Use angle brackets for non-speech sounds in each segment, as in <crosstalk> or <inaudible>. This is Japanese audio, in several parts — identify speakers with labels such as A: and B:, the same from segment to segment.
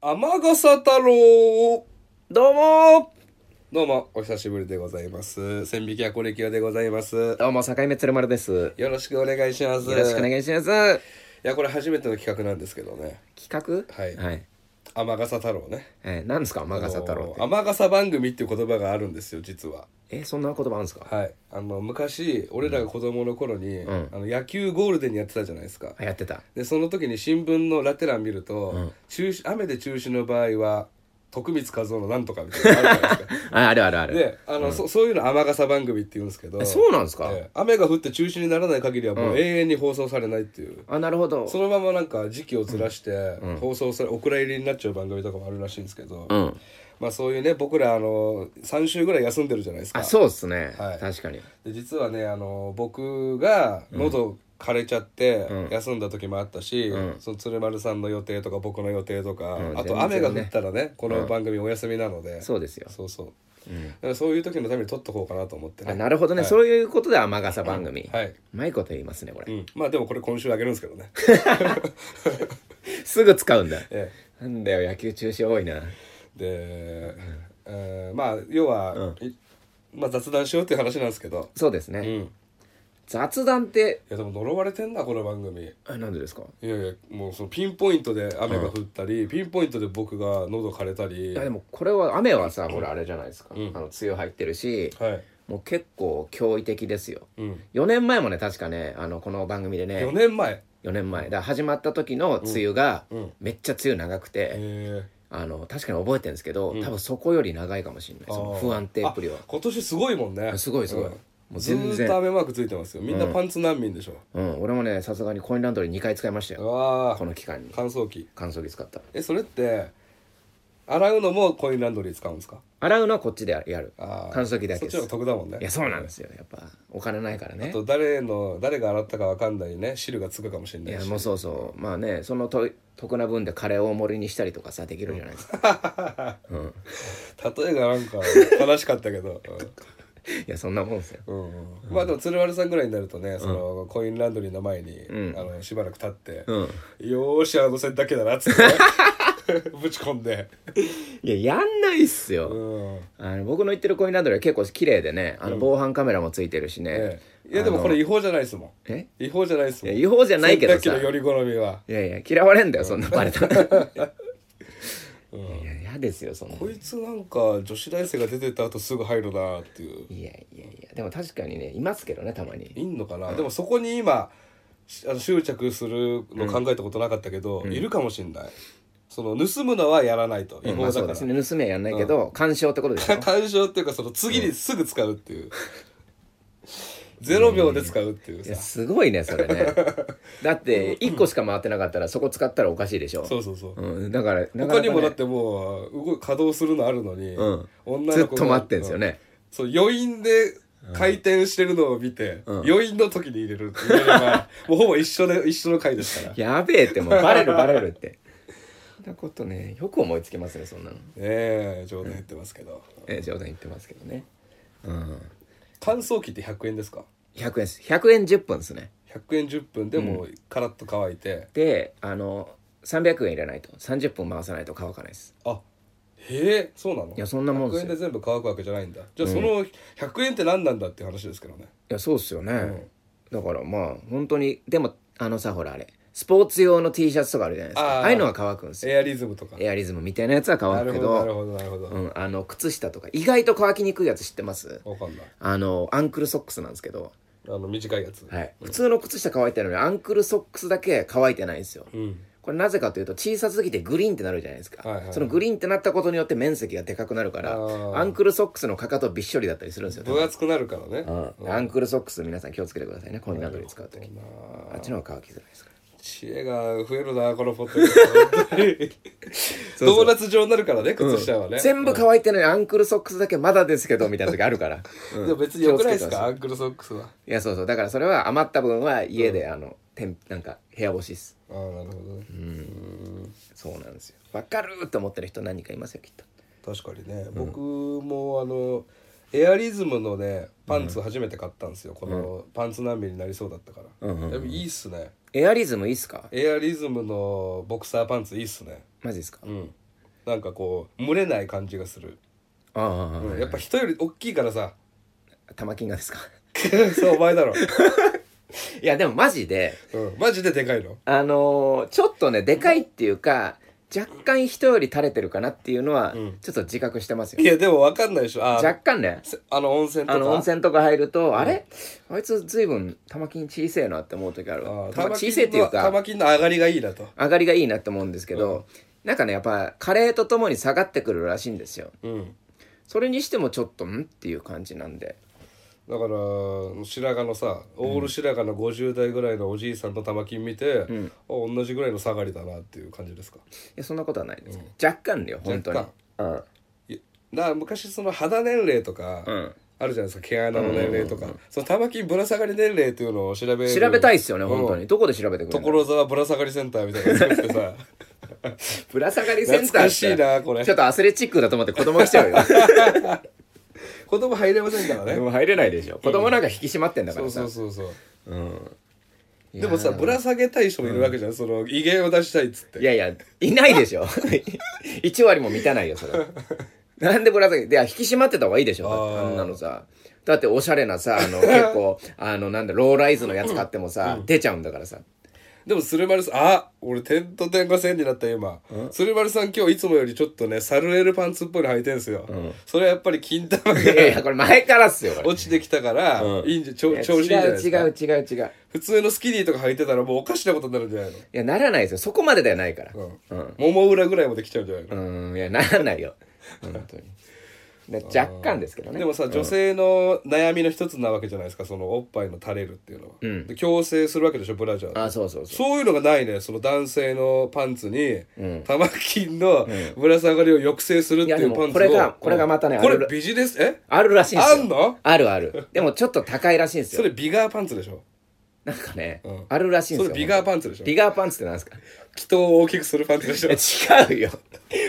A: 天笠太郎
B: どうもー
A: どうもお久しぶりでございます千匹やコレキュアでございます
B: どうも、境目鶴丸です。よ
A: よろしくお願いします
B: ろしくお願
A: い
B: いします。
A: やこれ初めての企画なんですけどね
B: 企画
A: はい
B: はい。
A: 天笠太郎ね
B: えー、何ですか天笠太郎っ
A: あの
B: て。
A: 天笠番組っていう言葉があるんですよ実は
B: えー、そんな言葉あるんですか
A: はいあの昔俺らが子供の頃に、
B: ん
A: あの野球ゴールデンにやってたじゃないですか
B: あ、やってた。
A: でその時に新聞のラテ欄見ると、中止雨で中止の場合は徳光和夫のなんとかみたいなのあるじゃないですか
B: あ、あるあるある。
A: であの、そそういうの雨傘番組って言うんですけど
B: えそうなんですか
A: ええ雨が降って中止にならない限りはもう永遠に放送されないっていう、
B: あ、なるほど。
A: そのままなんか時期をずらして放送する、お蔵入りになっちゃう番組とかもあるらしいんですけど、
B: うん。
A: まあそういうね僕らあの3週ぐらい休んでるじゃないですか
B: あ、そうっすね
A: はい。
B: 確かに。
A: で実はねあの僕が喉枯れちゃって休んだ時もあったし、その鶴丸さんの予定とか僕の予定とか、
B: ん
A: あと
B: 全
A: 雨
B: 然
A: が降ったらねこの番組お休みなので、
B: そうですよ。
A: そうそう。だからそういう時のために撮っとこうかなと思って
B: あ、
A: ね。
B: なるほどね。そういうことで天笠番組。
A: はいう
B: まいこと言いますね、こ
A: う
B: れ。
A: ん、まあでもこれ今週あげるんですけ
B: <laughs>
A: どね。
B: すぐ使うんだ。
A: え
B: なんだよ、野球中止多いな。
A: えで、えーまあ要は、いまあ雑談しようっていう話なんですけど。
B: そうです
A: うん。
B: ね。
A: い
B: 雑談って、
A: やでも呪われてんなこの番組。
B: あ、なんでですか
A: いやいやもうそのピンポイントで雨が降ったり、ピンポイントで僕が喉枯れたり。
B: いや、
A: は
B: で
A: い。
B: もこれは、雨はさ、ほら、あれじゃないですか。あの、梅雨入ってるし、もう結構驚異的ですよ。
A: うん。
B: 4年前もね確かねあのこの番組で
A: 四
B: ね
A: 年前。
B: 4年前だから始まった時の梅雨が、
A: うんうん
B: めっちゃ梅雨長くて、
A: ええ
B: あの確かに覚えてるんですけど、多分そこより長いかもしれないその不安定っぷりは
A: あ今年すごいもんね。
B: すごいすごい
A: うん
B: もう
A: ず
B: 全然
A: ーっと雨マークついてますよ。みんなパンツ難民でしょ。
B: うん俺もねさすがにコインランドリー2回使いました
A: う
B: よ
A: わ
B: こ
A: あ。
B: の期間に
A: 乾燥機。
B: 乾燥機使った
A: えそれって洗うのもコインランドリー使うんですか
B: 洗うのはこっちでやる
A: あー
B: 乾燥機だけで
A: そっちの
B: す
A: 方が得だもんね
B: いやそうなんですよやっぱお金ないからね
A: あと誰の誰が洗ったかわかんないね汁がつくかもしれ
B: い
A: ない
B: や
A: し
B: もうそうそうまあねそのと得な分でカレーを大盛りにしたりとかさできるじゃないですか、
A: 例えがなんか悲しかったけ
B: <laughs>
A: ど、
B: いやそんなもんですよ
A: うんうんまあでも鶴丸さんぐらいになるとねそのコインランドリーの前に、あのしばらく立って「
B: うん
A: よーしあの洗濯機だな」っつって
B: <laughs>
A: ね、ぶち込んで、
B: いややんないっすよ、
A: うん
B: あの僕の行ってるコインランドリーは結構綺麗でねあの防犯カメラもついてるしね
A: え、えいやでもこれ違法じゃないですもん
B: え
A: 違法じゃないですもん
B: いや違法じゃないけどさ
A: 洗濯機のより好みはい
B: やいや嫌われんだよそんなバレ
A: <laughs>
B: たら、いや嫌ですよそんな
A: こいつなんか女子大生が出てった後すぐ入るなっていう
B: いやいやいやでも確かにねいますけどねたまに
A: いんのかな、でもそこに今しあの執着するの考えたことなかったけど、いるかもしんないその盗むのはやらないと違
B: ま
A: 法
B: あ
A: だ
B: そう
A: か
B: で
A: ら、
B: すね盗めはやんないけど、干渉ってこと
A: <laughs>
B: でしょ
A: 干渉っていうかその次にすぐ使うっていう、 <laughs> ゼロ秒で使うっていう
B: い
A: さ、
B: やすごいねそ
A: <laughs>
B: れねだって1個しか回ってなかったらそこ使ったらおかしいでしょ
A: そうそうそう、
B: うん、だからなかなか、
A: 他
B: ね、
A: にもだってもう動い稼働するのあるのに、
B: うん
A: 女
B: ずっ
A: の子が
B: と待ってんですよね、
A: そう余韻で回転してるのを見て、
B: うん
A: 余韻の時に入れるって入れれ
B: <laughs>
A: ばもうほぼ一緒で一緒の回ですからね
B: やべえってもうバレるバレるってそんなことねよく思いつきますねそんなの
A: え冗談言ってますけど、
B: えー冗談言ってますけどねうん
A: 乾燥機って100円ですか
B: 100円です100円10分ですね
A: 100円10分でもうカラッと乾いて、
B: であの300円入れないと30分回さないと乾かないです
A: あへえそうなの
B: いやそんなもん
A: 100
B: です
A: 円
B: よ
A: で全部乾くわけじゃないんだじゃあその100円って何なんだっていう話ですけどね
B: いやそうっすよね、だからまあ本当にでもあのさほらあれスポーツ用の T シャツとかあるじゃないです
A: あー
B: かああいうのは乾くんですよ
A: エアリズムとか
B: エアリズムみたいなやつは
A: な
B: 乾
A: るほ
B: くけ
A: どなる
B: ど
A: ほどなるほど、
B: うん、あの靴下とか意外と乾きにくいやつ知ってます
A: わかんない
B: あのアンクルソックスなんですけど、
A: あの短いやつ、
B: はい、普通の靴下乾いてるのにアンクルソックスだけ乾いてないんですよ、
A: うん
B: これなぜかというと小さすぎてグリーンってなるじゃないですか、
A: はいはいはい
B: そのグリーンってなったことによって面積がでかくなるから
A: あー
B: アンクルソックスのかかとびっしょりだったりするんですよ、
A: 分厚くなるからね、
B: うんアンクルソックス皆さん気をつけてくださいねコインランドリー使う時
A: なあ
B: あっちの方が乾きづらいですから
A: 知恵が増えるなこのポッドキャス <laughs> ト本当に
B: そうそう
A: ドーナツ状になるからね靴下はね、
B: 全部乾いてないアンクルソックスだけまだですけどみたいな時あるから、うん
A: でも別に良くないです
B: 気をつけてくだ
A: か
B: さ
A: アンクルソックスはい
B: やそうそうだからそれは余った分は家で、あのてんなんか部屋干しっす
A: ああなるほどね
B: そうなんですよわかるーって思ってる人何人かいますよきっと
A: 確かにね、僕もあのエアリズムのねパンツ初めて買ったんですよ、このパンツ難民になりそうだったから、
B: うんうんうん
A: でもいいっすね
B: エアリズムいいっすか
A: エアリズムのボクサーパンツいいっすね
B: マジですか、
A: うんなんかこう蒸れない感じがする、
B: ああ、
A: うんやっぱ人より大きいからさ <laughs>
B: 玉金がですか <laughs>
A: そうお前だろ、
B: いやでもマジで
A: うん、マジででかいの
B: あのーちょっとねでかいっていうか若干人より垂れてるかなっていうのは、
A: うん
B: ちょっと自覚してますよ
A: いやでも分かんないでしょあ
B: 若干ね
A: せあの温泉とか
B: あの温泉とか入ると、あれあいつ随分玉金小せえなって思う時ある
A: あ
B: わ
A: ー
B: 玉
A: 玉
B: 小
A: 金
B: せえっていう
A: の
B: か
A: 玉金の上がりがいいなと
B: 上がりがいいなって思うんですけど、なんかねやっぱカレーとともに下がってくるらしいんですよ
A: うん
B: それにしてもちょっとんっていう感じなんで
A: だから白髪のさオール白髪の50代ぐらいのおじいさんの玉金見て、
B: ん
A: あ同じぐらいの下がりだなっていう感じですか
B: いやそんなことはないです、若干だよ本当に
A: 若
B: うん
A: いやな昔その肌年齢とか、
B: ん
A: あるじゃないですか毛穴の年齢とか、その玉金ぶら下がり年齢っていうのを調べる
B: 調べたいっすよね
A: うん
B: 本当にどこで調べてくるの
A: 所沢ぶら下がりセンターみたいなの作ってさ
B: ぶら下がりセンター
A: 懐かしいなこれ
B: ちょっとアスレチックだと思って子供来
A: <laughs>
B: ちゃうよ
A: 子供入れませんからね、
B: で <laughs> も入れないでしょ子供なんか引き締まってんだか
A: そう
B: ら
A: そ
B: さ
A: うそうそう
B: いやー
A: でもさぶら下げたい人もいるわけじゃん、その威厳を出したいっつって
B: いやいやいないでしょ <laughs> 1割も満たないよ
A: <laughs>
B: それなんでぶら下げいや引き締まってた方がいいでしょだって
A: あー
B: あんなのさだっておしゃれな
A: <laughs>
B: さあの結構あのなんだローライズのやつ買ってもさ、出ちゃうんだからさ
A: でも鶴丸さんあ俺点と点が線になった今鶴丸さん今日いつもよりちょっとねサルエルパンツっぽいの履いてんすよ、それはやっぱり金玉が
B: いやいやこれ前からっすよこれ
A: 落ちてきたから、
B: うん
A: いいんじゃちょ
B: いや
A: 調子いいんじゃないですか
B: 違う違う違う違う
A: 普通のスキニーとか履いてたらもうおかしなことになるんじゃないの
B: いやならないですよそこまでではないから
A: うんもも裏ぐらいまで来ちゃうんじゃないの、
B: うんいやならないよ本当にだ若干ですけどね
A: でもさ女性の悩みの一つなわけじゃないですかそのおっぱいの垂れるっていうのは、で強制するわけでしょブラジャー
B: あそうそうそう
A: そういうのがないねその男性のパンツに玉金のぶら下がりを抑制するって
B: い
A: い
B: やで
A: う
B: も
A: パンツを
B: これがこれがまたね
A: こ
B: あ
A: れ
B: る
A: ビジネスえ
B: あるらしいんですよ
A: あんの
B: あるあるでもちょっと高いらしいんです
A: そ
B: よ
A: れビガーパンツでしょ
B: なんかね、
A: ん
B: あるらしいんで
A: そ
B: す
A: れ
B: よ
A: ビガーパンツでしょ
B: ビガーパンツってなんですか
A: 人を大きくするパンツでしょ
B: いや
A: <laughs>
B: 違うよ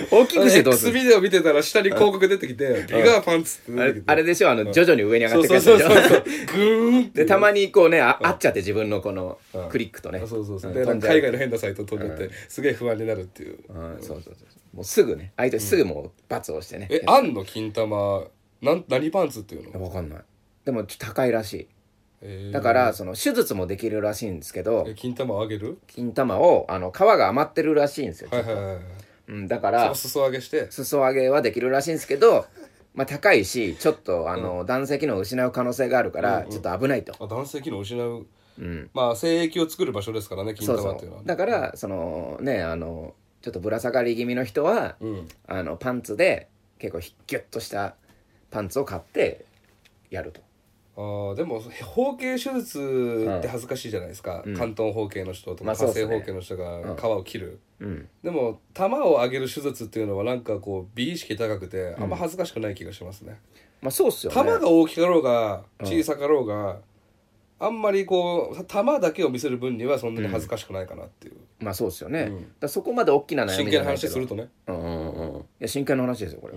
B: 大きくしてどうす
A: X
B: る
A: ビデオ見てたら下に広告出てきてビガーパンツって
B: あ
A: 出て
B: れ
A: きて
B: あれでしょあの徐々に上に上が
A: そ
B: っ
A: う
B: てく
A: そう
B: る
A: そ
B: で
A: う
B: し
A: そ
B: ょ
A: うグーンって
B: <laughs> でたまにこうねあ合っちゃって自分のこの
A: うん
B: クリックとね
A: そうそうそう
B: うん
A: でなんか
B: 飛ん
A: 海外
B: じゃ
A: の変なサイト飛んじゃってすげえ不安になるっていう
B: ううんそうそうそうもうすぐね相手すぐもう罰をしてね
A: えあんの金玉なん何パンツっていうの
B: わかんないでもちょっと高いらし
A: え
B: い
A: ー
B: だからその手術もできるらしいんですけど
A: え金玉あげる
B: 金玉をあの皮が余ってるらしいんですよ、
A: はいはいはいはい
B: うん、だか
A: そ
B: ら
A: の裾上げして
B: 裾上げはできるらしいんです
A: <laughs>
B: けど、まあ、高いしちょっとあの、男性機能を失う可能性があるから、ちょっと危ないと、
A: あ男性機能を失う、まあ精液を作る場所ですからね金
B: そう
A: 玉
B: そ
A: っていうのは
B: うだからそのねあのちょっとぶら下がり気味の人は、
A: うん
B: あのパンツで結構ひギュッとしたパンツを買ってやると
A: あーでも包茎手術って恥ずかしいじゃないですか、関東包茎の人と
B: ま
A: か
B: あそう
A: 火
B: っすね
A: 星包茎の人が皮を切る、
B: うん
A: でも玉を上げる手術っていうのはなんかこう美意識高くてあんま恥ずかしくない気がしますね、
B: まあそうっすよね
A: 玉が大きかろうが小さかろうが、あんまりこう玉だけを見せる分にはそんなに恥ずかしくないかなっていう、
B: まあそうっすよね、だからそこまで大きな悩
A: 真
B: みじ
A: 剣
B: ゃ
A: な
B: ない
A: 話
B: けど
A: するとね
B: うんうんうんいや真剣な話ですよこれ、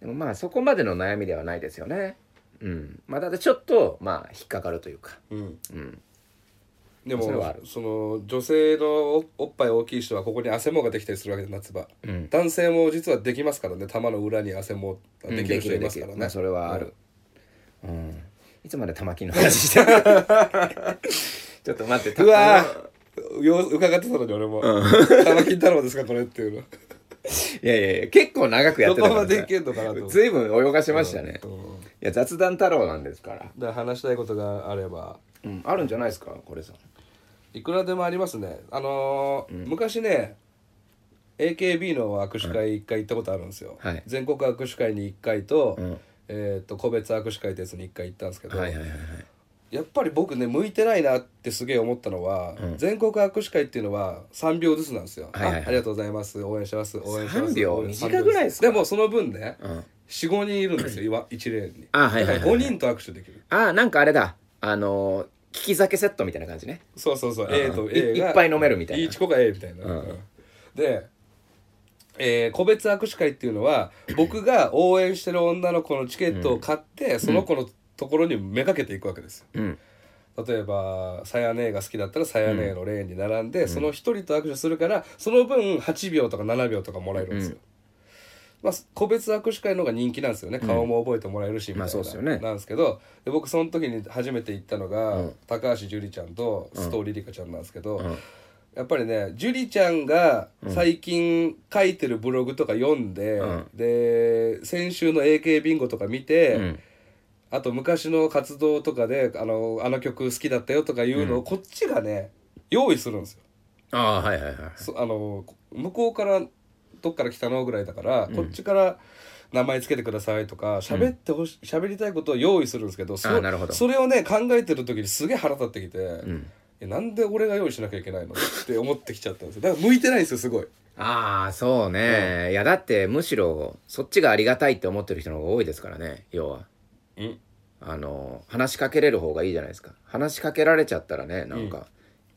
B: でもまあそこまでの悩みではないですよねうんまあただちょっとまあ引っかかるというか
A: うん、でも
B: そ
A: そ
B: れはある
A: の女性のおおっぱい大きい人はここに汗もができたりするわけで夏場、男性も実はできますからね玉の裏に汗もができる人いますからね、
B: まあそれはあるうん、いつまで玉金の <laughs> 話してるちょっと待ってた
A: うわーよう伺ってたのに俺も「玉金太郎ですかこれ」っていうの
B: いやいやいや結構長くやってた
A: どこ
B: か
A: までい
B: ら
A: けんのかなと思って
B: ずいぶん泳がしましたね、いや雑談太郎なんですから、
A: だから話したいことがあれば
B: うん、あるんじゃないですかこれさ
A: いくらでもありますねあのー昔ね AKB の握手会1回行ったことあるんですよ、
B: はい
A: 全国握手会に1回と,、
B: ん
A: えー、と個別握手会ってやつに1回行ったんですけど、
B: はいはいはいはい
A: やっぱり僕ね向いてないなってすげえ思ったのは、全国握手会っていうのは3秒ずつなんですよ、
B: はいはいはい
A: あありがとうございます応援してます応援してます
B: 3秒
A: 応援してます
B: 短くないですか
A: でもその分ね、
B: ん
A: 45人いるん
B: <clears throat>
A: ですよ今1レーンに
B: あはいはいはいはい
A: だから5人と握手できる
B: ああなんかあれだあのー聞き酒セットみたいな感じね
A: そうそうそう A と
B: い
A: A が
B: いっぱい飲めるみたいな
A: 1個が A みたいな、うんでえー個別握手会っていうの
B: <clears throat>
A: は僕が応援してる女の子のチケットを買って、その子のところにめがけていくわけですよ
B: うん
A: 例えばさやねえが好きだったらさやねえのレーンに並んで、その一人と握手するからその分8秒とか7秒とかもらえるんですよ、まあ、個別握手会の方が人気なんですよね顔も覚えてもらえるしみたいな、
B: まあそうですよね
A: なんですけどで僕その時に初めて行ったのが、高橋樹里ちゃんと須藤リリカちゃんなんですけど、やっぱりね樹里ちゃんが最近書いてるブログとか読んで、で先週の AK ビンゴとか見て、
B: ん
A: あと昔の活動とかであのあの曲好きだったよとかいうのをこっちがね用意するんですよ。
B: ああはいはいはい
A: そあの向こうからどっから来たのぐらいだから、こっちから名前つけてくださいとか喋ってほし喋りたいことを用意するんですけどそ
B: あーなるほど
A: それをね考えてる時にすげえ腹立ってきて、えなんで俺が用意しなきゃいけないのって思ってきちゃったんですよだから向いてないんですよすごい。
B: ああそうね、いやだってむしろそっちがありがたいって思ってる人の方が多いですからね要は
A: うん
B: あの話しかけれる方がいいじゃないですか話しかけられちゃったらねなんか、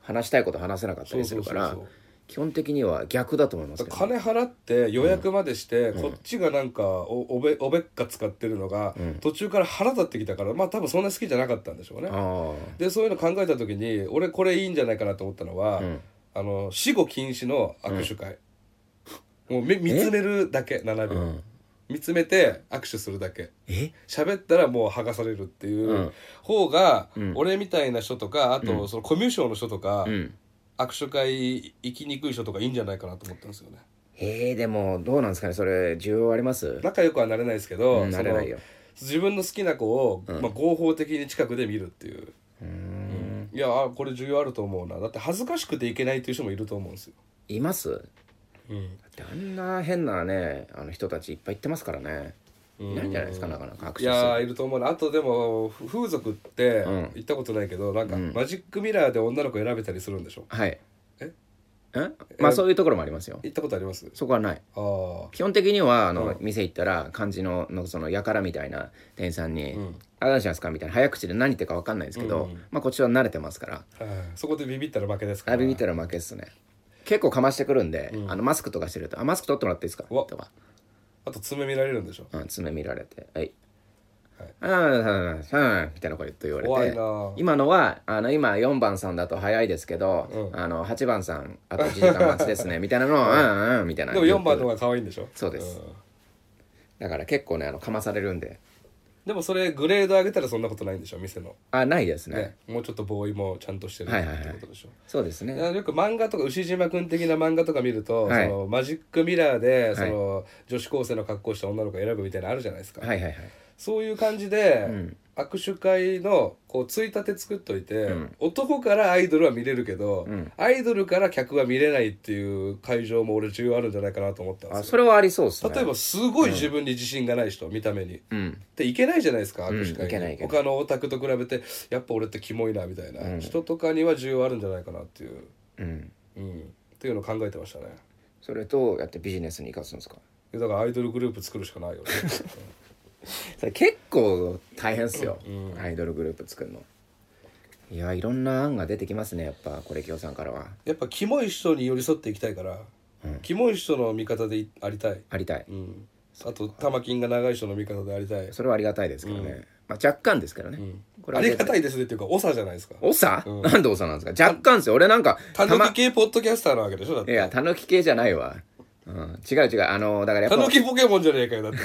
B: 話したいこと話せなかったりするか
A: そう
B: ら
A: そうそうそ
B: 基本的には逆だと思いますけど
A: 金払って予約までして、こっちがなんかおおべおべっか使ってるのが、途中から腹立ってきたからまあ多分そんな好きじゃなかったんでしょうね。
B: あ
A: でそういうの考えた時に俺これいいんじゃないかなと思ったのは、あの死後禁止の握手会、もうめ見つめるだけ7秒、見つめて握手するだけ
B: え
A: 喋ったらもう剥がされるっていう方が、俺みたいな人とかあとそのコミュ障の人とか、
B: ん
A: 握手会行きにくい人とかいいんじゃないかなと思ったんですよね
B: ええでもどうなんですかねそれ需要あります
A: 仲良くはなれないですけど、
B: うん
A: そ
B: な
A: の
B: れないよ
A: 自分の好きな子を、まあ、合法的に近くで見るっていううんいやあこれ重要あると思うなだって恥ずかしくていけないっていう人もいると思うんですよ、
B: います
A: うん
B: だってあんな変なねあの人たちいっぱい行ってますからねいないんじゃないですかなかなか握手
A: い
B: する
A: やーいると思うなあとでもふ風俗って
B: ん
A: 行ったことないけど、なんか、マジックミラーで女の子選べたりするんでしょ
B: はい
A: え
B: えまあそういうところもありますよ
A: 行ったことあります
B: そこはない
A: ああ
B: 基本的にはあの、店行ったら漢字ののそのやからみたいな店員さんに「あ何しますか?」みたいな早口で何言ってるか分かんないんですけど、まあこっちは慣れてますか
A: は
B: ら
A: いそこでビビったら負けですから
B: あれ見たら負けっすね結構かましてくるんで、あのマスクとかしてると「あマスク取ってもらっていいですか?」
A: うわ
B: とか、
A: あと爪見られるんでしょ
B: うん、爪見られて「はい」
A: はい
B: あああああみたいなこと言われ
A: 怖い
B: て
A: なあ
B: 今のはあの今4番さんだと早いですけど、あの8番さんあと1時間待ちですねみたいなのを「 <laughs> うんうん」みたいな
A: でも4番の方が可愛いんでしょ
B: そうです
A: ん
B: だから結構ねあのかまされるんで
A: でもそれグレード上げたらそんなことないんでしょ店の、
B: あないですね
A: ね、もうちょっとボーイもちゃんとしてるっ
B: はいはいはい
A: てことでしょ、
B: そうですね
A: いやよく漫画とか牛島君的な漫画とか見ると、
B: はい
A: そのマジックミラーでその、女子高生の格好した女の子選ぶみたいなのあるじゃないですか、
B: はいはいはい
A: そういう感じで、握手会のこうついたて作っといて、男からアイドルは見れるけど、アイドルから客は見れないっていう会場も俺重要あるんじゃないかなと思ったんです
B: あ
A: よ
B: それはありそうですね
A: 例えばすごい自分に自信がない人、見た目に、でいけないじゃないですか握手会に、
B: いけないいけない
A: 他のオタクと比べてやっぱ俺ってキモいなみたいな、人とかには需要あるんじゃないかなっていう、
B: うん
A: うん、っていうのを考えてましたね
B: それどうやってビジネスに生かすんですか
A: だからアイドルグループ作るしかないよね
B: それ結構大変っすよ、アイドルグループ作るのいやいろんな案が出てきますねやっぱこれきょうさんからは
A: <laughs> やっぱキモい人に寄り添っていきたいから、キモい人の味方でいありたい、
B: ありたい
A: うん、あと玉金が長い人の味方でありたい
B: それはありがたいですけどね、まあ、若干ですけどね、これ
A: あ
B: は
A: りがたいですねっていうか長じゃないですか
B: 長、なんで長なんですか若干っすよ俺なんか
A: た
B: た
A: ぬ
B: ま
A: き系ポッドキャスターなわけでしょだっ
B: い
A: て
B: やたぬき系じゃないわ、うん、違う違うあのだからやったぱ
A: ぬきポケモンじゃねえかよだって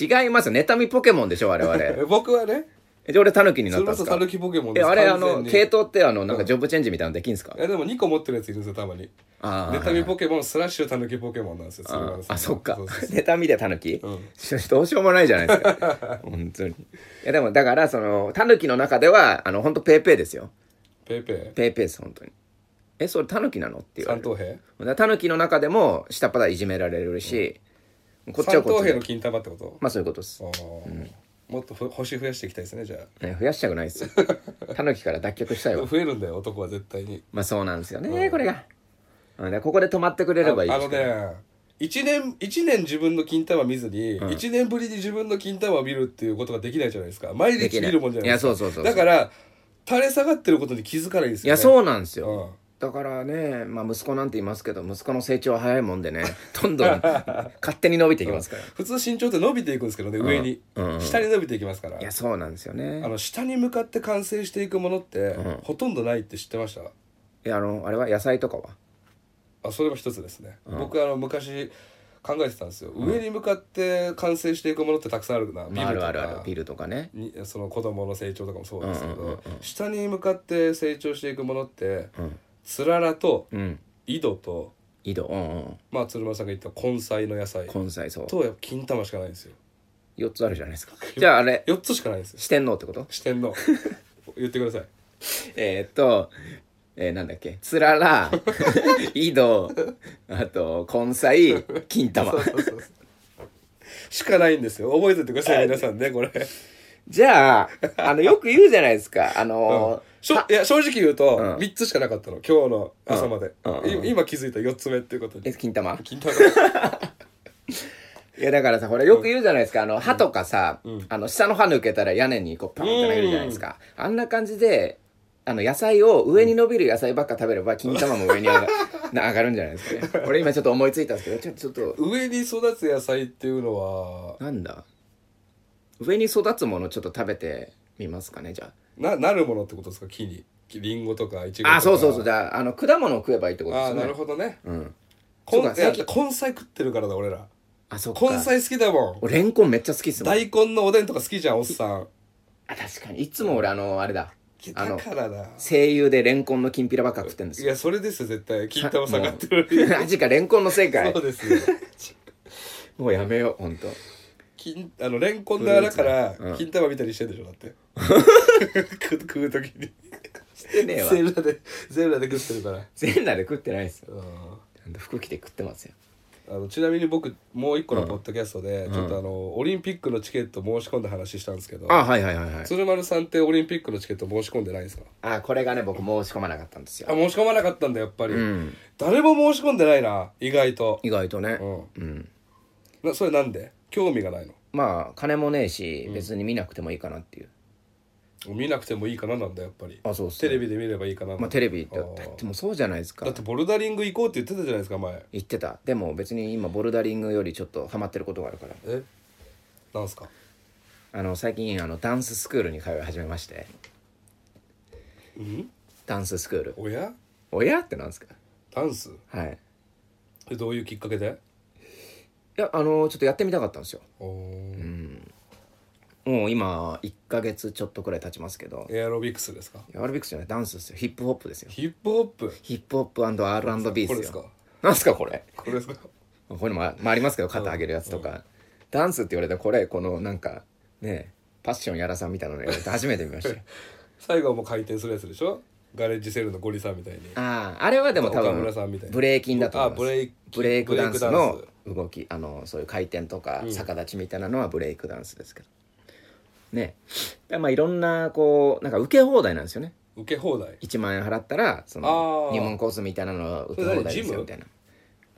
B: 違います妬みポケモンでしょ我々
A: え僕はね
B: えじゃあ俺たぬきにな
A: それ
B: った
A: こ
B: んです
A: そ
B: か
A: たぬきポケモン
B: え
A: です
B: あれあの
A: 完全に
B: 系統ってあのなんかジョブチェンジみたいなのできんすか、
A: いやでも2個持ってるやついるんですよたまに
B: あ
A: 妬みポケモンスラッシュたぬきポケモンなんですよ鶴
B: あ
A: 丸さん
B: あそっか
A: うそう
B: ネタ見てタヌキどうしようもないじゃないで
A: <laughs>
B: すか本当にいやでもだからそのタヌキの中ではあの本当ペーペーですよ
A: ペイペ
B: ペーペーです本当にえそれタヌキなのって
A: イ
B: 言われ
A: 三等
B: る
A: 兵
B: だからタヌキの中でも下っ端いじめられるし、こっちは
A: 三
B: こっ
A: 等
B: ち
A: 兵
B: で
A: の金玉ってこと
B: まあそういうことです、
A: あーもっとふ星増やしていきたいですねじゃあ
B: ね、増やしたくない
A: <laughs>
B: ですよタヌキから脱却したいわ
A: 増えるんだよ男は絶対に
B: まあそうなんですよね、これが、うん、だからここで止まってくれればいい
A: あ
B: です
A: の
B: けど
A: ね1年一年自分の金玉見ずに、一1年ぶりに自分の金玉を見るっていうことができないじゃないですか毎
B: でき
A: 日
B: ない
A: 見るもんじゃないですか
B: いやそうそうそうそう
A: だから垂れ下がってることに気づかないです
B: い
A: よ、ね、
B: やそうなんですよ、
A: うん
B: だからね、まあ、息子なんていますけど息子の成長は早いもんでね <laughs> どんど
A: <laughs>
B: ん勝手に伸びていきますから
A: 普通身長って伸びていくんですけどね上に、
B: うんうん
A: 下に伸びていきますから
B: いやそうなんですよね
A: あの下に向かって完成していくものって、ほとんどないって知ってました
B: いやあのあれは野菜とかは
A: あそれも一つですね、僕あの昔考えてたんですよ、上に向かって完成していくものってたくさんあるな、
B: まああ
A: ビル
B: る
A: と
B: あるある
A: か
B: ビルとかね
A: にその子供の成長とかもそうですけど、下に向かって成長していくものって、つららと
B: うん
A: 井戸と、
B: 井戸うんうん
A: まあ、鶴丸さんが言った根菜の野菜
B: 根菜そう
A: とやっぱ金玉しかないんですよ
B: 4つあるじゃないですかじゃああれ
A: 4つしかないんですよ
B: 四天王ってこと
A: 四天王 <laughs> 言ってください
B: えーっと、えーなんだっけつら <laughs> ら井戸あと根菜金玉
A: しかないんですよ覚えておいてください皆さんねこれ
B: じゃああのよく言うじゃないですかあの
A: しょいや正直言うと、
B: うん
A: 3つしかなかったの今日の朝まで、
B: うんうんうん
A: い今気づいた4つ目っていうこと
B: え
A: に
B: 金玉
A: 金
B: <laughs>
A: 玉
B: いやだからさほらよく言うじゃないですかあの歯とかさ、あの下の歯抜けたら屋根にこうパンって投げるじゃないですか、あんな感じであの野菜を上に伸びる野菜ばっか食べれば金玉も上に <laughs> 上がな上がるんじゃないですかね俺今ちょっと思いついたんですけどちょちょっと
A: 上に育つ野菜っていうのは
B: なんだ上に育つものちょっと食べてみますかねじゃ
A: ななるものってことですか木に木リンゴとかイチゴと
B: あ
A: か
B: あそうそうそう
A: う
B: じゃああの果物を食えばいいってことで
A: ああ
B: すよ
A: な
B: ね
A: るほどね
B: うん
A: 根
B: そうか
A: いや
B: 最
A: 根菜食ってるからだ俺ら
B: あそっか
A: 根菜好きだもん
B: 俺レンコンめっちゃ好きっすもん
A: 大根のおでんとか好きじゃんおっさん
B: あ確かにいつも俺あのあれだあ
A: だ
B: の
A: からだ
B: 声優でレンコンのきんぴらばっか食ってんです
A: い
B: よ
A: やそれですよ絶対金玉下がってる
B: る <laughs> マジかレンコンのせいかい
A: そうですよ
B: もうやめよう、ほんと。
A: 金あのレンコンの穴から
B: うん
A: 金玉みたいにしてんでしょだって食う食う時に
B: してねえわ
A: ゼ。ブラでゼブラで食ってるから
B: 全裸で食ってないですよ。
A: うん
B: ちゃんと服着て食ってますよ。
A: あのちなみに僕もう一個のポッドキャストで、ちょっとあのオリンピックのチケット申し込んだ話したんですけど
B: あ、はいはいはいはい。
A: 鶴丸さんってオリンピックのチケット申し込んでないんですか
B: あ、これがね、僕申し込まなかったんです
A: あ
B: よ。
A: 申し込まなかったんだやっぱり、
B: うん。
A: 誰も申し込んでないな意外と、
B: 意外とね
A: う。ん、
B: うん。
A: なそれなんで興味がないの
B: まあ、金もねえし、別に見なくてもいいかなっていう。
A: 見なくてもいいかななんだやっぱり
B: あそうっすね
A: テレビで見ればいいかな
B: まあ、テレビって、
A: あ
B: だ
A: ー
B: ってもうそうじゃないですか
A: だっ。てボルダリング行こうって言ってたじゃないですか前
B: 言ってた。でも別に今、ボルダリングよりちょっとハマってることがあるから。
A: えなんすか
B: あの、最近、あの、ダンススクールに通い始めまして。
A: うん
B: ダンススクール。
A: 親
B: おやってなんですか
A: ダンス
B: はい。
A: えどういうきっかけで
B: いや、あの、ちょっとやってみたかったんですよ。
A: おー
B: もう今1ヶ月ちょっとくらい経ちますけど
A: エアロビクスですか
B: いやアルビックスじゃないダンスですよヒップホップですよ
A: ヒップホップ
B: ヒップホップ &R&B
A: これ
B: で
A: ですすか
B: よなんすかこれ
A: これですか
B: これもあ,、まあ、ありますけど肩上げるやつとか、ダンスって言われたらこれこのなんかねパッションやらさんみたいなのやられて初めて見ましたよ
A: 最後はもう回転するやつでしょガレージセールのゴリさんみたいに
B: あああれはでも多
A: 岡村さんみたい
B: 分
A: な
B: ブレイキンだと思いま
A: あ
B: す
A: ブレイキ
B: ブレイクダンス
A: ブレイク
B: の動きあのそういう回転とか逆立ちみたいなのはブレイクダンスですけど、ねだからまあいろんなこうなんか受け放題なんですよね
A: 受け放題
B: 1万円払ったらそ
A: あ
B: の
A: ー
B: 入門コースみたいなのを受け放題ですよみ
A: それ何ジ
B: たい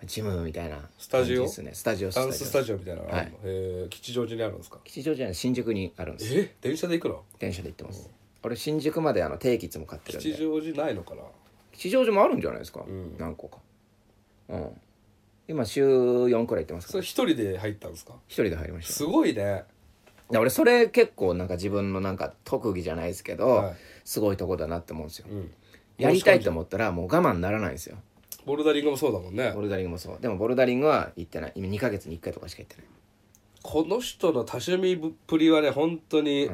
B: なジムみたいな
A: スタジオ
B: 感じですねスタジオ
A: ダンススタ
B: ジ
A: ジオみたいなのあるの、えー吉祥寺にあるんですか
B: オ吉祥寺じゃない新宿にあるんです
A: え電車で行くの
B: 電車で行ってます俺新宿まであの定期いつも買ってるん
A: 吉
B: で
A: 祥寺ないのかな
B: 吉祥寺もあるんじゃないですか、
A: ん
B: 何個かうん今週4くらい行ってますか
A: そ
B: ら
A: れ一人で入ったんですか
B: 一人で入りました
A: すごいね
B: で俺それ結構なんか自分のなんか特技じゃないですけど、
A: はい
B: すごいとこだなって思うんですよ、
A: うん
B: やりたいと思ったらもう我慢ならないんですよ
A: ボルダリングもそうだもんね
B: ボルダリングもそうでもボルダリングは行ってない今2ヶ月に1回とかしか行ってない
A: この人の多趣味ぶっぷりはね本当に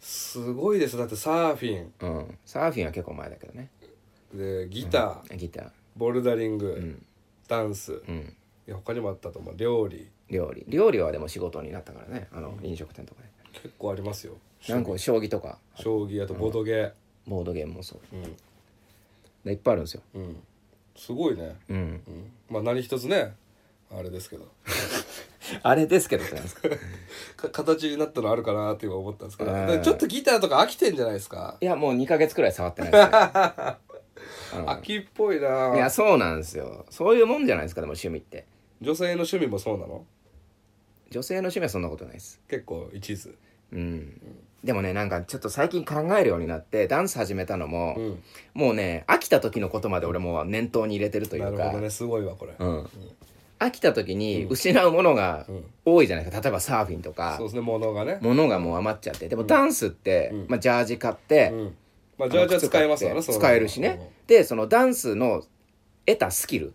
A: すごいですだってサーフィン
B: うん、サーフィンは結構前だけどね
A: でギター、
B: ギター
A: ボルダリング、ダンス、
B: ん
A: いや他にもあったと思う料理
B: 料理料理はでも仕事になったからねあの飲食店とかで
A: 結構ありますよ
B: なんか将棋とか
A: 将棋やとボドゲ
B: ボードゲームもそう
A: うん、
B: でいっぱいあるんですよ
A: うんすごいね、
B: うん
A: うんまあ何一つねあれですけど
B: あれですけどってなんですか
A: <laughs> か形になったのあるかなって今思ったんですけど
B: あー
A: だからちょっとギターとか飽きてんじゃないですか
B: いやもう2ヶ月くらい触ってな
A: <laughs>
B: いですねうん
A: 秋っぽい
B: い
A: な
B: やそうなんですよそういうもんじゃないですかでも趣味って
A: 女性の趣味もそうなの
B: 女性の趣味はそんなことないです
A: 結構一途
B: うんでもねなんかちょっと最近考えるようになってダンス始めたのも、
A: うん
B: もうね飽きた時のことまで俺もう念頭に入れてるとい
A: な
B: う
A: るほ
B: か
A: どねすごいわこれ、
B: うん、飽きた時に失うものが多いじゃないですか例えばサーフィンとか
A: そうですねものがね、
B: ものがもう余っちゃってでもダンスって、まあ、ジャージ買って、
A: うんまあ、じゃあじゃあ
B: 靴
A: 使
B: 買
A: え
B: って
A: ますからねその
B: 使えるしねでそのダンスの得たスキル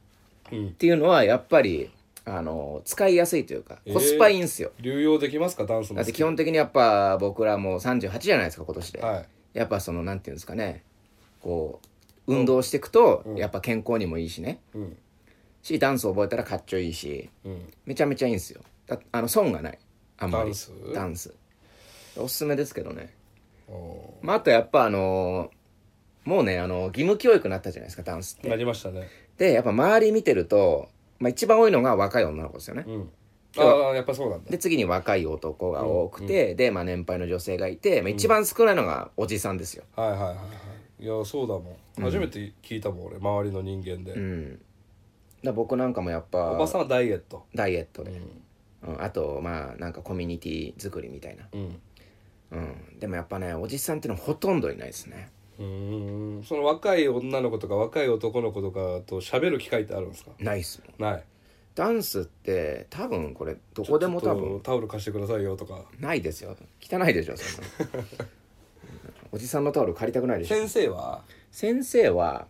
A: うん
B: っていうのはやっぱりあの使いやすいというか
A: えー
B: コスパいいんすよ、
A: 流用できますかダンスの
B: だって基本的にやっぱ僕らもう38じゃないですか今年で、
A: はい
B: やっぱそのなんていうんですかねこう運動していくと、やっぱ健康にもいいしね
A: うん
B: しダンス覚えたらかっちょいいし
A: うん
B: めちゃめちゃいいんですよだあの損がないあんま
A: ダ
B: り
A: ンス
B: ダンスおすすめですけどね、
A: お
B: まあ、あとやっぱあのーもうねあの義務教育になったじゃないですかダンスっ
A: ー
B: て
A: なりましたね
B: でやっぱ周り見てると、まあ、一番多いのが若い女の子ですよね
A: うんああやっぱそうなんだ
B: で次に若い男が多くて、で、まあ、年配の女性がいて、まあ、一番少ないのがおじさんですよ、
A: はいはいはいはいいやそうだもん初めて聞いたもん俺周りの人間で、
B: うん、だから僕なんかもやっ
A: おば
B: ぱ
A: さんはダイエット
B: ダイエットで、うんあとまあなんかコミュニティ作りみたいな、
A: うん
B: うん、でもやっぱねおじさんってのはほとんどいないですね
A: うーんその若い女の子とか若い男の子とかと喋る機会ってあるんですか
B: ないっすもん
A: ない
B: ダンスって多分これどこでも多
A: ちょ
B: 分
A: っとタオル貸してくださいよとか
B: ないですよ汚いでしょそんな <laughs> のうんおじさんのタオル借りたくないでしょ
A: 先生は
B: 先生は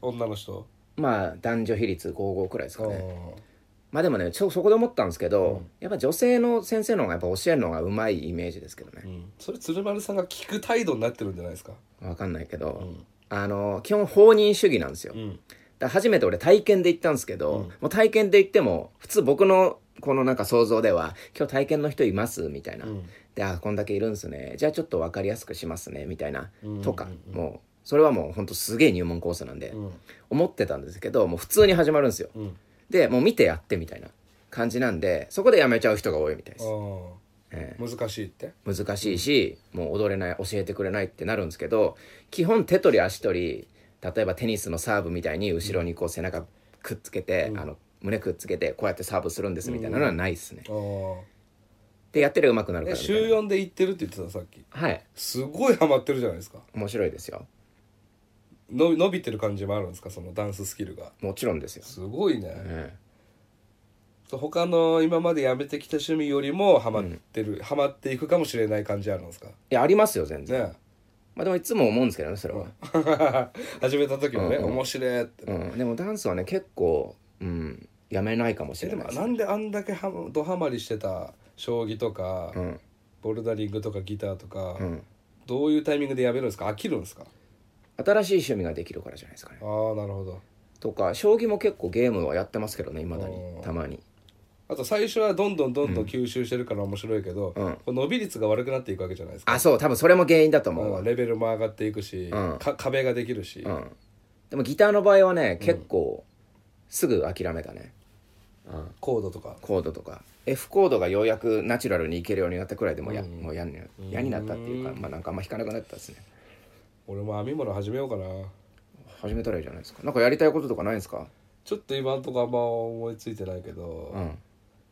A: 女の人
B: まあ男女比率55くらいですかね
A: うん
B: まあでもねちょそこで思ったんですけど、やっぱ女性の先生の方がやっぱ教えるのがうまいイメージですけどね
A: うんそれ鶴丸さんが聞く態度になってるんじゃないですか
B: わかんないけど、あの基本放任主義なんですよ、だから初めて俺体験で行ったんですけど、もう体験で行っても普通僕のこのなんか想像では今日体験の人いますみたいな、であこんだけいるんすねじゃあちょっと分かりやすくしますねみたいな、とかもうそれはもうほんとすげえ入門コースなんで、思ってたんですけどもう普通に始まるんですよ、
A: ん
B: でもう見てやってみたいな感じなんでそこでやめちゃう人が多いみたいです
A: うん難しいって
B: 難しいし、もう踊れない教えてくれないってなるんですけど基本手取り足取り例えばテニスのサーブみたいに後ろにこう背中くっつけて、あの胸くっつけてこうやってサーブするんですみたいなのはないですね、
A: ああ
B: でやってれば上手くなるか
A: え
B: らみたい
A: 週4で行ってるって言ってたさっき
B: なはい
A: すごいハマってるじゃないですか
B: 面白いですよ
A: の伸びてる感じもあるんですかそのダンススキルが
B: もちろんですよ、
A: すごいね、
B: うん、
A: 他の今までやめてきた趣味よりもハマってる、ハマっていくかもしれない感じあるんですか
B: いやありますよ全然、
A: <laughs> ね
B: まあでもいつも思うんですけどねそれは、
A: 始めた時もね、面白いって、
B: うん、でもダンスはね結構うんやめないかもし
A: え
B: れ
A: で
B: ない
A: も
B: です
A: なんであんだけハマドハマりしてた将棋とか、ボルダリングとかギターとか、どういうタイミングでやめるんですか飽きるんですか
B: 新しい趣味ができるからじゃないですかね
A: ああなるほど
B: とか将棋も結構ゲームはやってますけどねいまだにたまに
A: あと最初はどんどんどんどん吸収してるから面白いけど、こう伸び率が悪くなっていくわけじゃないですか、
B: あそう多分それも原因だと思うわ、
A: うんレベルも上がっていくし、か壁ができるし、
B: うんでもギターの場合はね結構すぐ諦めたね、
A: コードとか
B: コードとか F コードがようやくナチュラルにいけるようになったくらいでもうや、もう嫌にな嫌になったっていうか、まあなんかあんま弾かなくなったですね
A: 俺も編み物始めようかな
B: 始めたらいいじゃないですかなんかやりたいこととかないんですか
A: ちょっと今んとこあんま思いついてないけど、
B: ん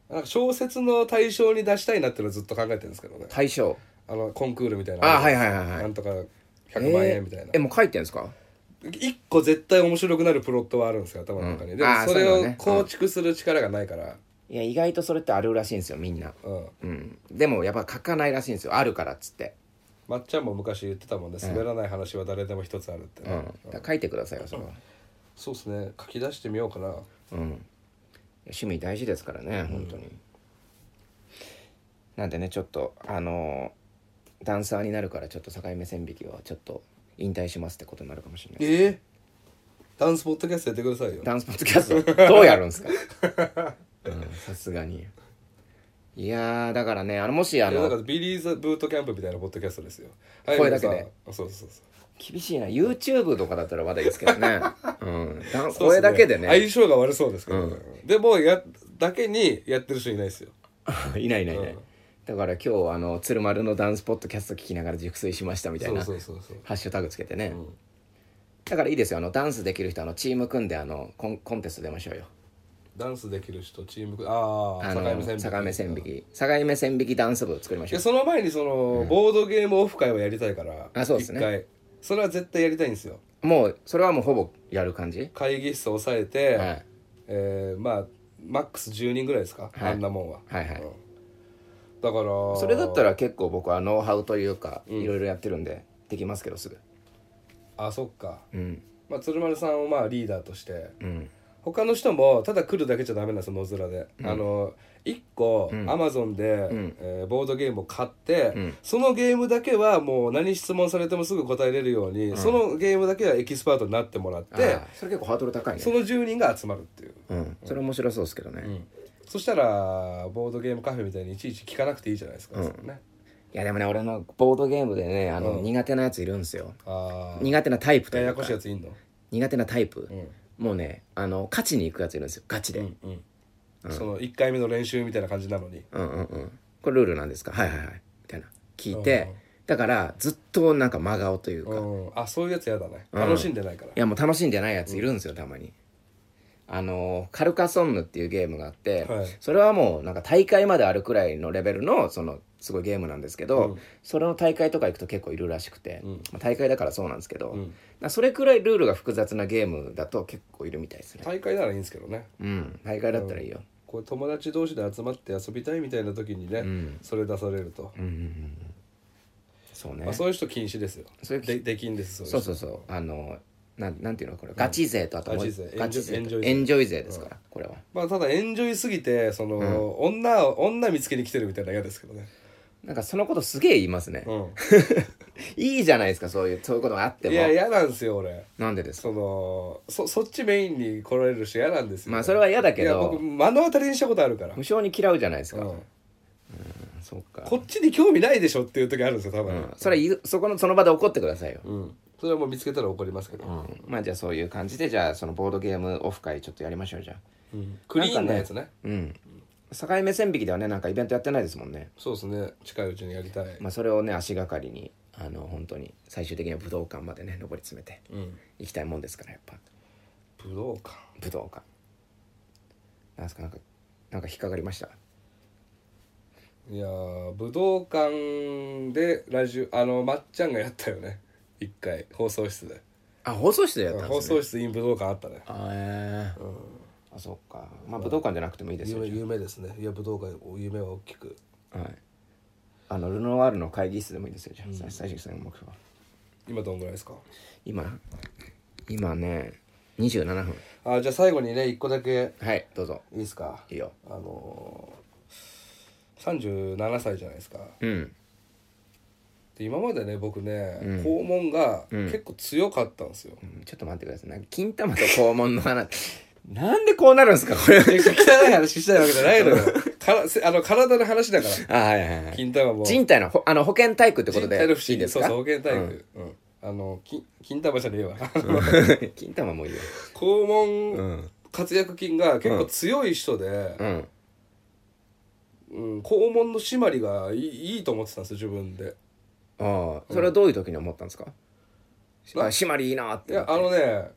A: なんか小説の対象に出したいなってのはずっと考えてるんですけどね
B: 対象
A: あのコンクールみたいな
B: あはいはいはいはい
A: なんとか100万円みたいな、
B: えもう書いてんですか
A: 一個絶対面白くなるプロットはあるんですよ頭の中に、
B: うん
A: でも
B: あー
A: それ
B: そういうの
A: を
B: ね
A: 構築する力がないから
B: いや意外とそれってあるらしいんですよみんな
A: うん、
B: うんでもやっぱ書かないらしいんですよあるからっつって
A: まっちゃんも昔言ってたもんね滑らない話は誰でも一つあるってね、
B: うんだから書いてくださいよそれは
A: そうですね書き出してみようかな
B: うん、趣味大事ですからね本当に、なんでねちょっとあのーダンサーになるからちょっと境目線引きはちょっと引退しますってことになるかもしれない
A: ええダンスポッドキャストやってくださいよ
B: ダンスポッドキャストどうやるんですかうんさすが <laughs> にいやーだからねあのもしあ
A: いやだか
B: の
A: らビリーズブートキャンプみたいなポッドキャストですよはい
B: 声だけで
A: 皆さんあそうそうそう
B: 厳しいな YouTube とかだったらまだいいですけど <laughs> ね、うん、ダン
A: そうっ
B: こ
A: す
B: れだけでね
A: 相性が悪そうですけど、ねでもやだけにやってる人いないですよ
B: い <laughs> ないいないいない、だから今日あの鶴丸のダンスポッドキャスト聞きながら熟睡しましたみたい
A: そう
B: な
A: そうそうそう
B: ハッシュタグつけてね、だからいいですよあのダンスできる人あのチーム組んであのコンコンテスト出ましょうよ
A: ダンスできる人チームああ
B: あ
A: 境
B: の
A: 目線引き
B: 境目線引き境目線引きダンス部を作りまし
A: い
B: ょ
A: や
B: う
A: その前にその、ボードゲームオフ会はやりたいから
B: あそうですね
A: 一回それは絶対やりたいんですよ
B: もうそれはもうほぼやる感じ
A: 会議室抑えて、
B: はい
A: えーまあマックス10人ぐらいですか、
B: はい
A: あんなもんは、
B: はいはい
A: うんだから
B: それだったら結構僕はノウハウというかいろいろやってるんでできますけどすぐ
A: あそっか、
B: うん
A: まあ、鶴丸さんをまあリーダーとして
B: うん
A: 他の人もただ来るだけじゃダメなんですよ野面で、あの1個アマゾンで、えーボードゲームを買って、そのゲームだけはもう何質問されてもすぐ答えれるように、そのゲームだけはエキスパートになってもらっ
B: で
A: て
B: それ結構ハードル高いね
A: その10人が集まるっていう、
B: うんそれ面白そうですけどね
A: そしたらボードゲームカフェみたいにいちいち聞かなくていいじゃないですか、それね
B: いやでもね俺のボードゲームでねあの苦手なやついるんですよ
A: あ
B: 苦手なタイプ
A: あ
B: と
A: や
B: い
A: や
B: う
A: こ
B: か
A: しいやついんの
B: 苦手なタイプ
A: ん
B: もうねあの勝ちに行くやついるんですよガチで
A: うんうん、その1回目の練習みたいな感じなのに
B: うんうんうんこれルールなんですかはいはいはいみたいな聞いてだからずっとなんか真顔というか
A: うん、あそういうやつやだね楽しんでないから
B: い、やもう楽しんでないやついるんですよ、たまに。あのカルカソンヌっていうゲームがあって、
A: はい
B: それはもうなんか大会まであるくらいのレベルのそのすごいゲームなんですけど、それの大会とか行くと結構いるらしくて、まあ大会だからそうなんですけど、だからそれくらいルールが複雑なゲームだと結構いるみたいですね
A: 大会ならいいんですけどね
B: うん大会だったらいいよ、
A: こう友達同士で集まって遊びたいみたいな時にね、それ出されると、
B: そうね、
A: まあ、そういう人禁止ですよ
B: そういう
A: でできんです
B: そう
A: そう
B: そうそうあのなんなんていうのこれガチ勢とあともう
A: ガチ勢
B: ガチ勢
A: エンジョイ
B: と
A: 勢
B: エンジョイ勢ですから、これは
A: まあただエンジョイすぎてその、女を女見つけに来てるみたいなの嫌ですけどね
B: なんかそのことすげえ言いますね、
A: う
B: <laughs> いいじゃないですかそういうそういうことがあって
A: んい
B: も
A: や嫌なんですよ俺
B: なんでですか
A: そのそそっちメインに来られる人嫌なんですよ
B: まあそれは嫌だ
A: い
B: け
A: や僕
B: ど
A: 目の当たりにしたことあるから、
B: 無性に嫌うじゃないですか、
A: うん
B: そうか
A: こっちに興味ないでしょっていう時あるんですよたまに、
B: うんそれいそこのその場で怒ってくださいよ、
A: うんそれはもう見つけたら怒りますけど、
B: まあじゃあそういう感じでじゃあそのボードゲームオフ会ちょっとやりましょうじゃあ
A: うんクリーンなやつね
B: うん境目線引きではねなんかイベントやってないですもんね
A: そうですね近いうちにやりたい、
B: まあそれをね足がかりにあの本当に最終的には武道館までね上り詰めて
A: うん
B: いきたいもんですからやっぱ
A: 武道館
B: 武道館なんすかなんかなんか引っかかりました
A: いやー武道館でラジオあのまっちゃんがやったよね一回放送室で
B: あ放送室でやったんで
A: 放
B: すね
A: 送室 in 武道館あったね
B: あえーあそっかまあ武道館じゃなくてもいいですよ
A: 夢夢ですねいや武道館夢は大きく
B: はい。あのルノワールの会議室でもいいですよ。じゃあ、最最終戦の目標は。
A: 今どんぐらいですか
B: 今、今ね、二十七分。
A: あじゃあ最後にね一個だけ
B: はい、どうぞ。
A: いいですか
B: いいよ。
A: あのー、37歳じゃないですか
B: うん。
A: で今までね僕ね、肛門が結構強かったんですよ、
B: うんちょっと待ってください。なんか金玉と肛門の話。 <laughs> なんでこうなるんですか、これ。
A: 汚い話したいわけじゃないのよからせあの体の話だか
B: <laughs>
A: <laughs>
B: あ、はいはいは
A: ら
B: い。
A: 金玉も
B: 人体の、ほあの保健体育ってこと
A: 人
B: で。
A: 体の不思
B: いい
A: 議
B: です
A: そう
B: か。
A: そう保健体育、うんあの金金玉じゃねえわ
B: <laughs> うん金玉もいいよ。
A: 肛門活躍筋が結構強い人で
B: う、ん。
A: うん、肛門の締まりがいいいいと思ってたんですよ自分で
B: ああ、それはどういう時に思ったんですか。あ、締まりいいなっ
A: い
B: て。
A: やあのね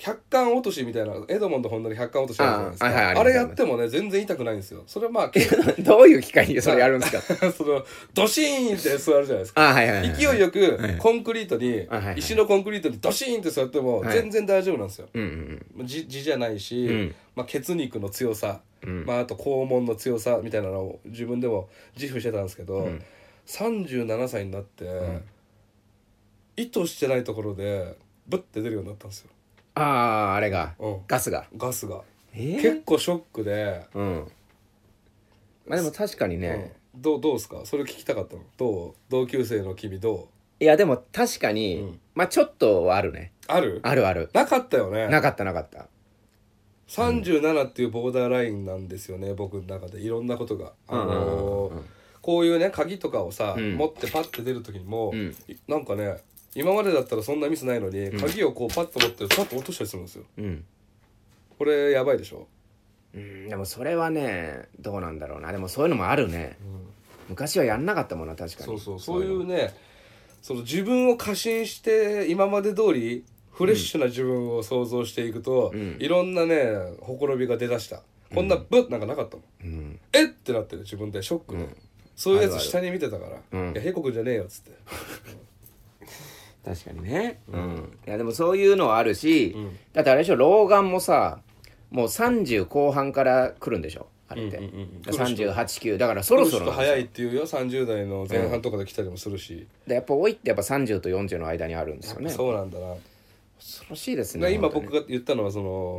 A: 百貫落としみたいなエドモンド本田で百貫落としあるじゃないですか
B: あはいはい
A: あ
B: あ
A: れ
B: ります
A: やってもね全然痛くないんですよそれはま
B: <laughs>
A: あ結
B: <laughs> どういう機会にそれやるんですか。
A: 構 <laughs> そのドシーンって座るじゃないですか
B: あ、はいはいはい。
A: 勢いよくコンクリートに
B: はいはい
A: 石のコンクリートにドシーンって座っても全然大丈夫なんですよ
B: うんうん
A: じじじゃないし、
B: ん
A: まあ、血肉の強さ、まあ、あと肛門の強さみたいなのを自分でも自負してたんですけど、37歳になって、意図してないところでブッて出るようになったんですよ、
B: うん。ああ、あれが。
A: うん
B: ガスが。
A: ガスが、
B: ええ
A: 結構ショックで、
B: うん。まあでも確かにね、
A: うんどうどうですかそれ聞きたかったのどう同級生の君ど
B: いやでも確かに、まあちょっとはあるね。
A: うある
B: あるある。
A: なかったよね
B: なかったなかった。
A: 37っていうボーダーラインなんですよね僕の中でいろんなことが、あのーこういうね鍵とかをさ、持ってパッて出る時にも、いなんかね今までだったらそんなミスないのに、鍵をこうパッと持ってパッと落としたりするんですよ
B: うん。
A: これやばいでしょ
B: うん、でもそれはね、どうなんだろうな。でもそういうのもあるね。昔はやんなかったもんな、確かに。
A: そうそうそういうねその自分を過信して今まで通りフレッシュな自分を想像していくと、いろんなねほころびが出だしたこんなブッなんかなかったもん、えってなってる自分でショックで、そういうやつ下に見てたから「いやへこくんじゃねえよ」っつって
B: 確かにね、うん、いやでもそういうのはあるし、だってあれでしょ老眼もさもう30後半から来るんでしょあれって、
A: うんうんうんうん
B: 389だからそろそ
A: ちょ
B: ろ
A: っ
B: な
A: と
B: んですよ
A: 早いっていうよ30代の前半とかで来たりもするし、
B: でやっぱ老いってやっぱ30と40の間にあるんですよね
A: そうなんだな
B: 恐ろしいです
A: で
B: ね
A: 今
B: 本
A: 僕が言ったのはその、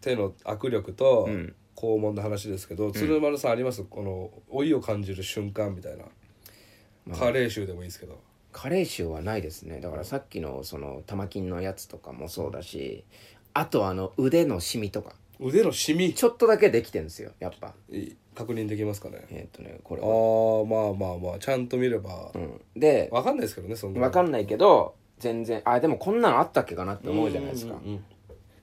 A: 手の握力と肛門の話ですけど、鶴丸さんありますこの老いを感じる瞬間みたいな、加齢臭でもいいですけど
B: 当加齢臭はないですねだからさっきのその玉金のやつとかもそうだし、あとあの腕のシミとか
A: 腕のシミ
B: ちょっとだけできてるんですよやっぱ
A: い確認できますかね
B: えーっ、とねこれ
A: ああまあまあまあちゃんと見れば、
B: で
A: わかんないですけどねそんな
B: わかんないけど全然あでもこんなのあったっけかなって思うじゃないですか、
A: うん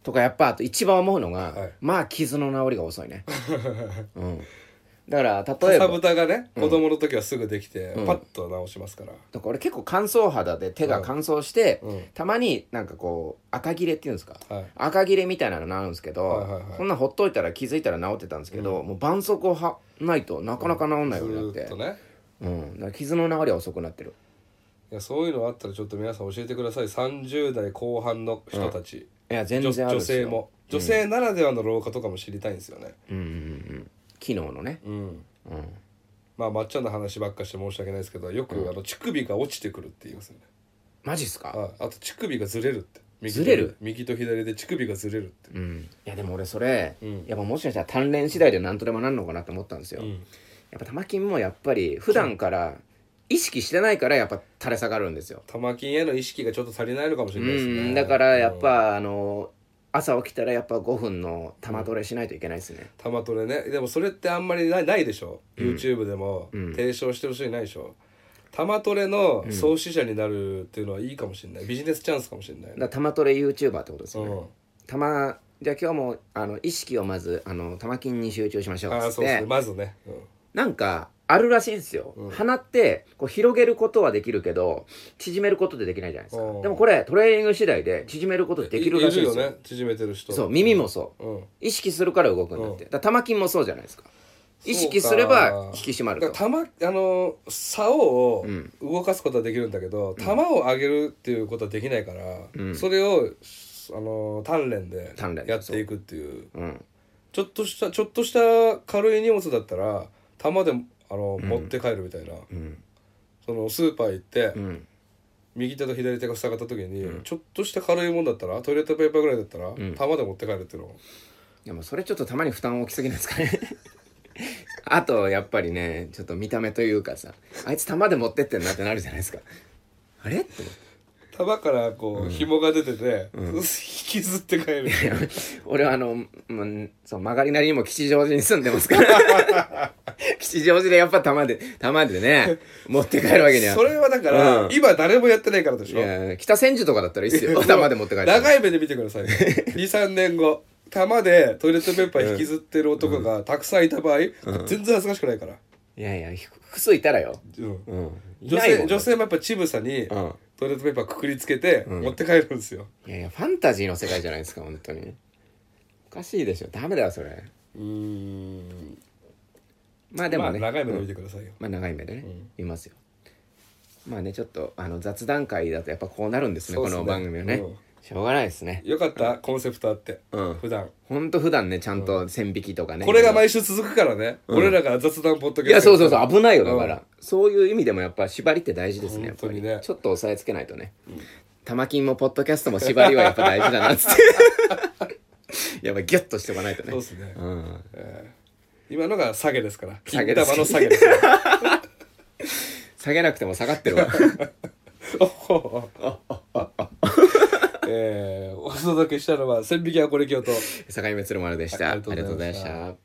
B: とかやっぱあと一番思うのが、
A: はい
B: まあ傷の治りが遅いね、
A: <laughs>
B: うん、だから例え
A: かさ
B: ば
A: ぶたがね子供の時はすぐできて、パッと直しますから、
B: だから俺結構乾燥肌で手が乾燥して、
A: うん
B: たまになんかこう赤切れっていうんですか、
A: はい
B: 赤切れみたいなのなるんですけど、
A: はいはいはい
B: そんなほっといたら気づいたら治ってたんですけど、もう絆創膏はないとなかなか治んないようになっ
A: ず
B: て、
A: ーっとね
B: うん、だから傷の流れは遅くなってる
A: いやそういうのあったらちょっと皆さん教えてください30代後半の人たち、
B: いや全
A: 女
B: 然あるん
A: 女
B: ですよ
A: 性も女性ならではの老化とかも知りたいんですよね
B: うんうんうん機能のね、
A: うん
B: うん、
A: まあまっちゃんの話ばっかして申し訳ないですけどよくあの乳首が落ちてくるって言いますよね、
B: マジっすか
A: ああと乳首がずれるって右と
B: ずれる
A: 右と左で乳首がずれるって
B: うん、いやでも俺それ、やっぱもしかしたら鍛錬次第で何とでもなんのかなって思ったんですよ、やっぱ玉金もやっぱり普段から意識してないからやっぱ垂れ下がるんですよ、
A: 玉筋への意識がちょっと足りないのかもしれないですね、
B: うんだからやっぱあの朝起きたらやっぱ5分の玉トレしないといけないですね、
A: 玉トレねでもそれってあんまりないないでしょ、YouTube でも提唱してる人いないでしょ玉トレの創始者になるっていうのはいいかもしれないビジネスチャンスかもしれない、
B: だから玉トレ YouTuber ってことですよね、
A: うん
B: 玉じゃあ今日もあの意識をまずあの玉金に集中しましょうっつって
A: ああそうですねまずね、うん
B: なんかあるらしいんですよ、鼻ってこう広げることはできるけど縮めることってできないじゃないです
A: う
B: か
A: ん
B: でもこれトレーニング次第で縮めることできるらしいんで
A: い
B: すよ
A: るよね縮めてる人
B: そう耳もそう、
A: うん
B: 意識するから動くんだって、だから玉筋もそうじゃないですか意識すれば引き締まる
A: だ
B: と
A: から玉あの竿を動かすことはできるんだけど、玉を上げるっていうことはできないから、それをあの鍛錬で
B: 鍛錬で
A: やっていくっていう
B: うん
A: ちょっとしたちょっとした軽い荷物だったら玉であの、持って帰るみたいな、
B: ん
A: そのスーパー行って、
B: うん
A: 右手と左手が塞がった時に、ちょっとした軽いもんだったらトイレットペーパーぐらいだったら、玉で持って帰るっていうのを
B: でもそれちょっとたまに負担大きすぎないですかね <laughs> あとやっぱりねちょっと見た目というかさあいつ玉で持ってってんなってなるじゃないですかあれって思って
A: 束からこう紐が出てて、引きずって帰る
B: <laughs> いや俺はあの、うん、そう曲がりなりにも吉祥寺に住んでますから
A: <laughs>
B: 吉祥寺でやっぱ玉で玉でね持って帰るわけには
A: それはだから、
B: うん
A: 今誰もやってないからでし
B: い
A: ょ
B: や北千住とかだったらいいっすよ玉で持って帰る
A: 長い目で見てくだ
B: <laughs>
A: さい23年後玉でトイレットペーパー引きずってる男がたくさんいた場合、全然恥ずかしくないから、
B: いやいやひ複数いたらよ、
A: うん
B: うん、い
A: 女
B: ないも
A: 性
B: ん
A: 女性もやっぱ乳房に、
B: ん
A: トイレットペーパーくくりつけて、持って帰るんですよ
B: いやいやファンタジーの世界じゃないですか本当におかしいでしょダメだよそれ
A: うん
B: まあで
A: ま
B: も
A: あ
B: ね、
A: 長い目で見てくださいよ、
B: まあ長い目でね、いますよまあねちょっとあの雑談会だとやっぱこうなるんですね
A: そうっ
B: こ
A: すね
B: の番組はね、
A: うん
B: しょうがないですね
A: よかった、コンセプトあって、
B: うん
A: 普段
B: ほんと普段ねちゃんと線引きとかね、
A: これが毎週続くからね、俺らが雑談ポッドキャスト
B: いやそうそうそうう危ないよだから、そういう意味でもやっぱ縛りって大事ですねやっぱ
A: 本
B: り
A: 当にね
B: ちょっと押さえつけないとね、玉金もポッドキャストも縛りはやっぱ大事だなっつって
A: <laughs>
B: やっぱギュッとしておかないとね
A: そうですね、
B: うん
A: 今のが下げですから
B: 下
A: 金
B: げです
A: 玉の下げ
B: <laughs>
A: ですから
B: 下げなくても下がっ
A: <laughs>
B: てるわ
A: おほほえーお届けしたのは「千匹はこれ京都」
B: 境目鶴丸でしたあ
A: あ
B: り
A: り
B: が
A: が
B: と
A: と
B: う
A: うご
B: ござ
A: ざ
B: い
A: いま
B: ま
A: し
B: し
A: たた